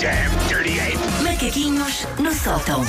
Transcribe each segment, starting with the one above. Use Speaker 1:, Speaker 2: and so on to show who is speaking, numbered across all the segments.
Speaker 1: damn dirty ape!
Speaker 2: Macaquinhos no sótão.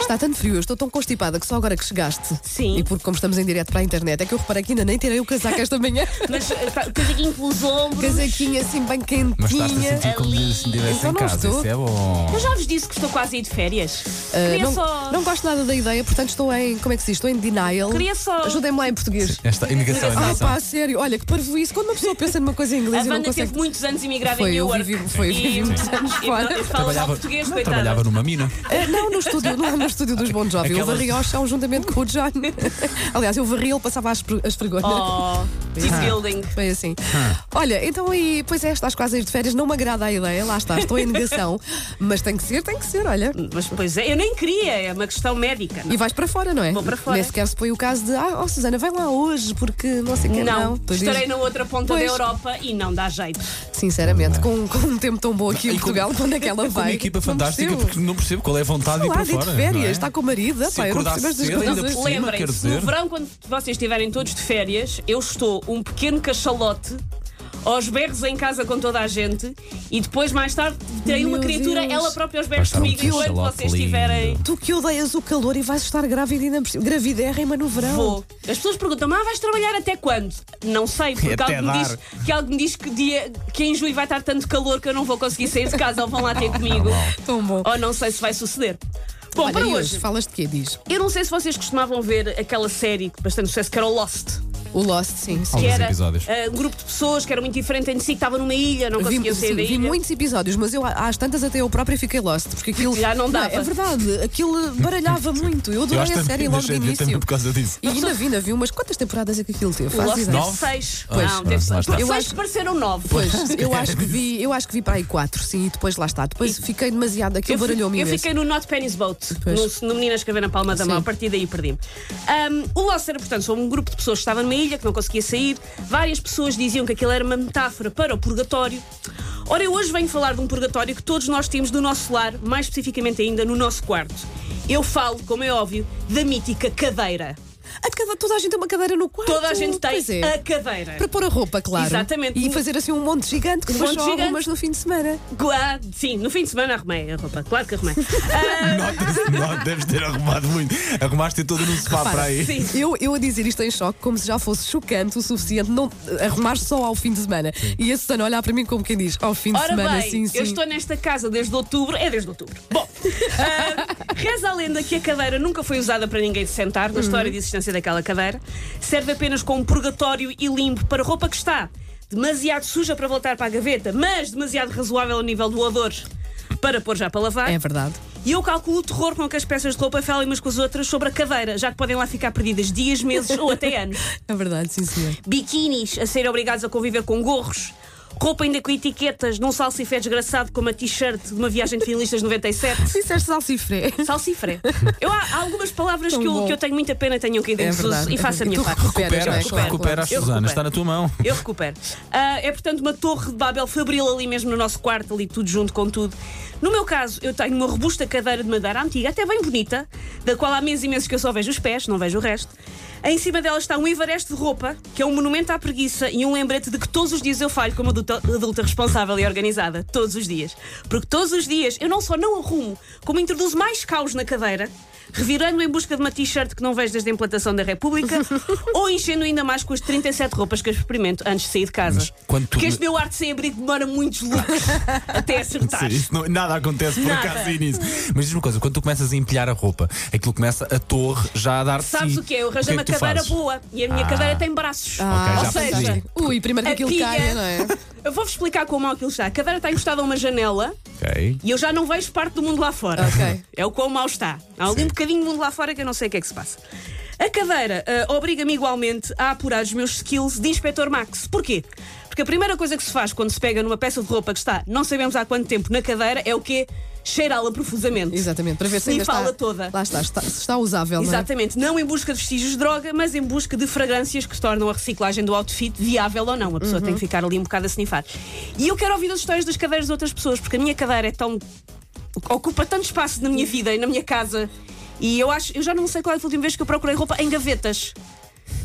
Speaker 3: Está tanto frio, eu estou tão constipada que só agora que chegaste.
Speaker 4: Sim.
Speaker 3: E porque como estamos em direto para a internet, é que eu reparei que ainda nem tirei o casaco esta manhã.
Speaker 4: Mas eh, pá, casaquinho pelos ombros.
Speaker 3: Casaquinho assim bem quentinha.
Speaker 5: Mas estás-te a sentir como
Speaker 4: ali.
Speaker 5: se estivesse
Speaker 3: Então
Speaker 5: em
Speaker 3: não
Speaker 5: casa,
Speaker 3: estou.
Speaker 5: isso é bom.
Speaker 4: Eu já vos disse que estou quase a ir de férias.
Speaker 3: Ah,
Speaker 4: queria,
Speaker 3: não,
Speaker 4: só,
Speaker 3: não gosto nada da ideia, portanto estou em. Como é que se diz? Estou em denial.
Speaker 4: Queria só-
Speaker 3: Ajudem-me lá em português.
Speaker 5: Esta é indicação,
Speaker 3: Ah,
Speaker 5: indicação.
Speaker 3: pá, a sério, olha que parvo isso. Quando uma pessoa pensa numa coisa em
Speaker 4: A
Speaker 3: inglês e não
Speaker 4: Wanda
Speaker 3: consegue.
Speaker 4: teve muitos anos imigrada
Speaker 3: Foi,
Speaker 4: em New
Speaker 3: eu
Speaker 4: York.
Speaker 3: vivi- foi, eu vivi
Speaker 4: e,
Speaker 3: muitos anos
Speaker 4: e,
Speaker 3: fora.
Speaker 4: pronto, e fala só português,
Speaker 5: não,
Speaker 4: coitada.
Speaker 5: trabalhava numa mina. É
Speaker 3: Ah, não, no estúdio, lá no estúdio dos Bon Jovi.
Speaker 5: Aquelas-
Speaker 3: Eu varri ao chão um juntamente com o John. Aliás, eu varri, ele passava as, pre- as pregonas.
Speaker 4: Oh, team building.
Speaker 3: Foi assim. Olha, então e pois é, estás quase a ir de férias, não me agrada a ideia, lá está, estou em negação, mas tem que ser, tem que ser, olha.
Speaker 4: Mas pois é, eu nem queria, é uma questão médica.
Speaker 3: E vais para fora, não é?
Speaker 4: Vou para fora.
Speaker 3: Nem sequer se põe o caso de, ah, oh, Susana, vem lá hoje, porque não sei o que
Speaker 4: Não,
Speaker 3: Pois
Speaker 4: estarei
Speaker 3: diz,
Speaker 4: na outra ponta
Speaker 3: Pois.
Speaker 4: da Europa e não dá jeito.
Speaker 3: Sinceramente, com, com um tempo tão bom aqui em
Speaker 5: E como-
Speaker 3: Portugal, quando é que ela
Speaker 5: Com
Speaker 3: vai?
Speaker 5: uma equipa
Speaker 3: Não
Speaker 5: fantástica,
Speaker 3: percebo.
Speaker 5: porque não percebo qual é a vontade de
Speaker 3: Sei
Speaker 5: ir
Speaker 3: lá,
Speaker 5: para
Speaker 3: de ir
Speaker 5: fora.
Speaker 3: de férias,
Speaker 5: não é?
Speaker 3: está com o marido,
Speaker 5: Se
Speaker 3: pá, eu não
Speaker 5: acordasse
Speaker 3: percebo estas
Speaker 5: cedo, ainda
Speaker 3: coisas.
Speaker 5: por cima, quero
Speaker 4: Lembrem-se,
Speaker 5: dizer.
Speaker 4: no verão, quando vocês estiverem todos de férias, eu estou um pequeno cachalote aos berros em casa com toda a gente e depois, mais tarde, terei
Speaker 3: Meu
Speaker 4: uma criatura,
Speaker 3: Deus.
Speaker 4: ela própria aos
Speaker 5: Vai
Speaker 4: berros
Speaker 5: estar um
Speaker 4: comigo enquanto
Speaker 5: cachalote
Speaker 4: vocês
Speaker 5: lindo.
Speaker 4: estiverem.
Speaker 3: Tu que odeias o calor e vais estar grávida ainda por cima, gravidérrima no verão.
Speaker 4: Vou. As pessoas perguntam, mas vais trabalhar até quando? Não sei, porque
Speaker 5: É Até
Speaker 4: algo me,
Speaker 5: dar.
Speaker 4: diz, que algo me diz que, dia, que em julho vai estar tanto calor que eu não vou conseguir sair de casa ou vão lá ter comigo.
Speaker 3: Tão bom.
Speaker 4: Ou não sei se vai suceder. Bom,
Speaker 3: Olha,
Speaker 4: para
Speaker 3: e
Speaker 4: hoje,
Speaker 3: falas de quê, diz?
Speaker 4: eu não sei se vocês costumavam ver aquela série que bastante sucesso que era o Lost.
Speaker 3: O Lost, sim, sim.
Speaker 4: que
Speaker 5: Alguns
Speaker 4: era
Speaker 5: episódios.
Speaker 4: eh, um grupo de pessoas que era muito diferente entre si, que estava numa ilha, não
Speaker 3: Vi,
Speaker 4: conseguiam sair
Speaker 3: sim,
Speaker 4: da
Speaker 3: vi
Speaker 4: ilha.
Speaker 3: muitos episódios, mas eu às tantas até eu própria fiquei lost, porque aquilo.
Speaker 4: Já não dava.
Speaker 3: é verdade, aquilo baralhava muito. Eu adorei
Speaker 5: acho
Speaker 3: a
Speaker 5: que
Speaker 3: série
Speaker 5: também
Speaker 3: logo de
Speaker 5: deixei de ver também
Speaker 3: início.
Speaker 5: por causa disso.
Speaker 3: E ainda vi, ainda vi umas quantas temporadas é que aquilo teve.
Speaker 4: O
Speaker 3: Faz
Speaker 4: Lost
Speaker 3: ideia.
Speaker 4: teve
Speaker 5: Nove? Ah,
Speaker 4: seis.
Speaker 5: Pois,
Speaker 4: não,
Speaker 5: pronto,
Speaker 4: teve
Speaker 5: lá
Speaker 4: seis.
Speaker 5: está.
Speaker 3: Eu
Speaker 4: Seis
Speaker 3: acho-
Speaker 4: pareceram nove.
Speaker 3: Pois, eu acho que vi, eu acho que vi para aí quatro, sim, e depois lá está. Depois fiquei demasiado, aquilo
Speaker 4: Eu, fi-
Speaker 3: baralhou-me
Speaker 4: eu
Speaker 3: imenso.
Speaker 4: fiquei no Not Penny's Boat,
Speaker 3: Pois.
Speaker 4: no, no Meninas que Vê na Palma da Mão,
Speaker 3: Sim.
Speaker 4: a partir daí perdi-me. Ahm, o Lost era, portanto, sobre um grupo de pessoas que estava numa ilha, que não conseguia sair. Várias pessoas diziam que aquilo era uma metáfora para o purgatório. Ora, eu hoje venho falar de um purgatório que todos nós temos no nosso lar, mais especificamente ainda no nosso quarto. Eu falo, como é óbvio, da mítica cadeira.
Speaker 3: A cada- toda a gente tem uma cadeira no quarto.
Speaker 4: Toda a gente tem
Speaker 3: Pois é.
Speaker 4: a cadeira.
Speaker 3: Para pôr a roupa, claro.
Speaker 4: Exatamente.
Speaker 3: E fazer assim um monte gigante, que
Speaker 4: Um
Speaker 3: depois
Speaker 4: monte
Speaker 3: só
Speaker 4: gigante.
Speaker 3: algumas no fim de semana.
Speaker 4: Claro, Sim, no fim de semana arrumei a roupa, claro que arrumei. Ah,
Speaker 5: Nota-se, Não, deves ter arrumado muito. Arrumaste tudo num sofá
Speaker 3: Repara,
Speaker 5: para aí.
Speaker 4: sim.
Speaker 3: Eu, eu a dizer isto em choque, como se já fosse chocante o suficiente não arrumar só ao fim de semana. E a Susana olhar para mim como quem diz, ao fim de
Speaker 4: Ora
Speaker 3: semana,
Speaker 4: bem,
Speaker 3: sim, sim.
Speaker 4: eu estou nesta casa desde outubro, é desde outubro. Bom, ah, reza a lenda que a cadeira nunca foi usada para ninguém se sentar, na
Speaker 3: Uhum.
Speaker 4: história de existência daquela cadeira. Serve apenas como purgatório e limbo para roupa que está demasiado suja para voltar para a gaveta, mas demasiado razoável ao nível do odor para pôr já para lavar.
Speaker 3: É verdade.
Speaker 4: E eu calculo o terror com que as peças de roupa felem umas com as outras sobre a cadeira, já que podem lá ficar perdidas dias, meses ou até anos
Speaker 3: É verdade, sim, senhor.
Speaker 4: biquinis a serem obrigados a conviver com gorros, roupa ainda com etiquetas, num salsifé desgraçado como a t-shirt de uma viagem de finalistas 97.
Speaker 3: Disseste salsifré.
Speaker 4: Salsifré. Eu, há, há algumas palavras
Speaker 3: Tão
Speaker 4: que eu,
Speaker 3: bom.
Speaker 4: que eu tenho muita pena tenham caído em
Speaker 3: É
Speaker 4: desuso
Speaker 3: verdade.
Speaker 4: e faço a
Speaker 3: E
Speaker 4: minha
Speaker 3: tu
Speaker 4: parte.
Speaker 3: recuperas,
Speaker 5: Recupera,
Speaker 3: não é? Claro,
Speaker 5: recupera a
Speaker 4: claro. Eu
Speaker 5: Susana,
Speaker 4: recupero.
Speaker 5: está na tua mão.
Speaker 4: Eu recupero. Ah, é, portanto, uma torre de Babel fabril ali mesmo no nosso quarto, ali tudo junto com tudo. No meu caso, eu tenho uma robusta cadeira de madeira antiga, até bem bonita, da qual há meses imensos que eu só vejo os pés, não vejo o resto. Em cima dela está um Everest de roupa, que é um monumento à preguiça e um lembrete de que todos os dias eu falho como adulta, adulta responsável e organizada. Todos os dias. Porque todos os dias eu não só não arrumo, como introduzo mais caos na cadeira, revirando em busca de uma t-shirt que não vejo desde a implantação da República, ou enchendo ainda mais com as 37 roupas que eu experimento antes de sair de casa.
Speaker 5: Mas quando tu-
Speaker 4: Porque este meu arte sem abrigo demora muitos looks até acertar.
Speaker 5: Sim, isso não- nada acontece por
Speaker 4: Nada.
Speaker 5: acaso nisso. Mas diz-me uma coisa, quando tu começas a empilhar a roupa, aquilo começa a torre já a dar-te.
Speaker 4: Sabes
Speaker 5: si.
Speaker 4: o que é? Eu
Speaker 5: que
Speaker 4: arranjei uma
Speaker 5: que tu
Speaker 4: cadeira
Speaker 5: fazes?
Speaker 4: boa e a minha
Speaker 5: Ah.
Speaker 4: cadeira tem braços.
Speaker 5: Ok, já
Speaker 4: ou seja,
Speaker 5: percebi.
Speaker 3: Ah, Ui, primeiro que
Speaker 4: a
Speaker 3: aquilo
Speaker 4: pilha-
Speaker 3: caia, não é?
Speaker 4: Eu vou-vos explicar como é que ele está. A cadeira está encostada a uma janela
Speaker 5: Ok.
Speaker 4: e eu já não vejo parte do mundo lá fora.
Speaker 3: Ok.
Speaker 4: É o quão mal está. Há ali um bocadinho de mundo lá fora que eu não sei o que é que se passa. A cadeira ah, obriga-me igualmente a apurar os meus skills de Inspector Max. Porquê? Porque a primeira coisa que se faz quando se pega numa peça de roupa que está não sabemos há quanto tempo na cadeira é o quê? Cheirá-la profusamente.
Speaker 3: Exatamente, para ver se ainda
Speaker 4: Snifá-la
Speaker 3: está.
Speaker 4: toda.
Speaker 3: Lá está, está, se está usável, não é?
Speaker 4: Exatamente, não em busca de vestígios de droga, mas em busca de fragrâncias que tornam a reciclagem do outfit viável ou não. A pessoa
Speaker 3: Uhum.
Speaker 4: tem que ficar ali um bocado a snifar. E eu quero ouvir as histórias das cadeiras de outras pessoas, porque a minha cadeira é tão. ocupa tanto espaço na minha
Speaker 3: Uhum.
Speaker 4: vida e na minha casa. E eu acho, eu já não sei qual é a última vez que eu procurei roupa em gavetas.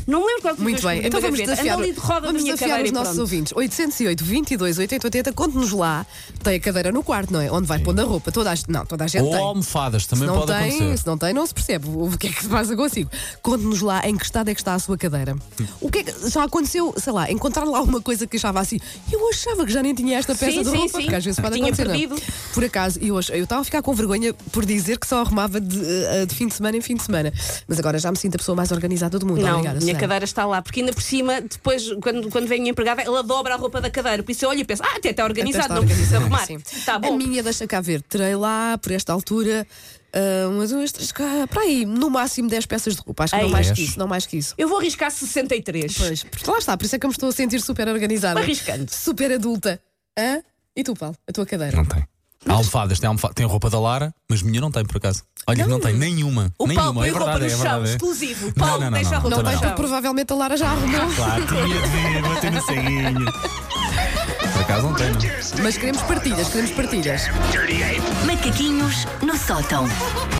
Speaker 4: Não me lembro qual foi a
Speaker 3: Muito
Speaker 4: última
Speaker 3: bem,
Speaker 4: vez
Speaker 3: então
Speaker 4: que me
Speaker 3: vamos
Speaker 4: lembrei de ver.
Speaker 3: desafiar,
Speaker 4: Ando ali de roda
Speaker 3: vamos
Speaker 4: na minha
Speaker 3: desafiar
Speaker 4: cadeira
Speaker 3: os
Speaker 4: e
Speaker 3: nossos
Speaker 4: pronto.
Speaker 3: ouvintes. 808, 22, 8080, conte-nos lá. Tem a cadeira no quarto, não é? Onde vai pondo a roupa. Toda a, não, toda a gente
Speaker 5: Ou
Speaker 3: tem.
Speaker 4: Oh,
Speaker 5: almofadas,
Speaker 3: Se
Speaker 5: também
Speaker 3: não,
Speaker 5: pode
Speaker 3: tem,
Speaker 5: acontecer.
Speaker 3: se não tem, não se percebe o o que é que se passa consigo. Conte-nos lá em que estado é que está a sua cadeira. O que é que já aconteceu, sei lá, encontrar lá uma coisa que achava assim, eu achava que já nem tinha esta peça
Speaker 4: Sim,
Speaker 3: de
Speaker 4: sim,
Speaker 3: roupa,
Speaker 4: sim.
Speaker 3: porque às vezes pode
Speaker 4: Tinha
Speaker 3: acontecer. não é?
Speaker 4: perdido.
Speaker 3: Por acaso, eu ach- eu estava a ficar com vergonha por dizer que só arrumava de, eh, de fim de semana em fim de semana. Mas agora já me sinto a pessoa mais organizada do mundo.
Speaker 4: Não,
Speaker 3: Obrigada,
Speaker 4: minha
Speaker 3: Susana.
Speaker 4: cadeira está lá, porque ainda por cima, depois, quando, quando vem a minha empregada, ela dobra a roupa da cadeira. Por isso eu olho e penso, ah, até está organizado,
Speaker 3: Até está
Speaker 4: não preciso arrumar.
Speaker 3: um Sim.
Speaker 4: Tá bom.
Speaker 3: A minha, deixa cá ver, terei lá, por esta altura, ah, umas duas, três, cá, para aí, no máximo 10 peças de roupa. Acho que
Speaker 4: Ei.
Speaker 3: não mais que
Speaker 5: Dez.
Speaker 3: isso, não mais que isso.
Speaker 4: Eu vou arriscar 63.
Speaker 3: Pois, porque lá está, por isso é que eu me estou a sentir super organizada.
Speaker 4: Vai arriscando.
Speaker 3: Super adulta. Hã? E tu, Paulo, a tua cadeira?
Speaker 5: Não tem. Há almofadas, tem, almofa- tem roupa da Lara, mas minha não tem, por acaso. Olha, que não tem nenhuma.
Speaker 4: Hum. O
Speaker 5: nenhuma.
Speaker 4: Paulo põe
Speaker 5: é
Speaker 4: roupa
Speaker 5: verdade,
Speaker 4: no
Speaker 5: é
Speaker 4: chão,
Speaker 5: verdade.
Speaker 4: exclusivo.
Speaker 5: Não,
Speaker 4: Paulo
Speaker 5: não, não,
Speaker 4: deixa a
Speaker 5: não,
Speaker 4: roupa
Speaker 5: não
Speaker 4: no
Speaker 5: tem.
Speaker 4: chão.
Speaker 3: Porque provavelmente a Lara já arrumou.
Speaker 5: Claro, tinha de ver, bater no ceguinho. Por acaso não tem, não.
Speaker 3: Mas queremos partilhas, queremos partilhas.
Speaker 2: Macaquinhos no sótão.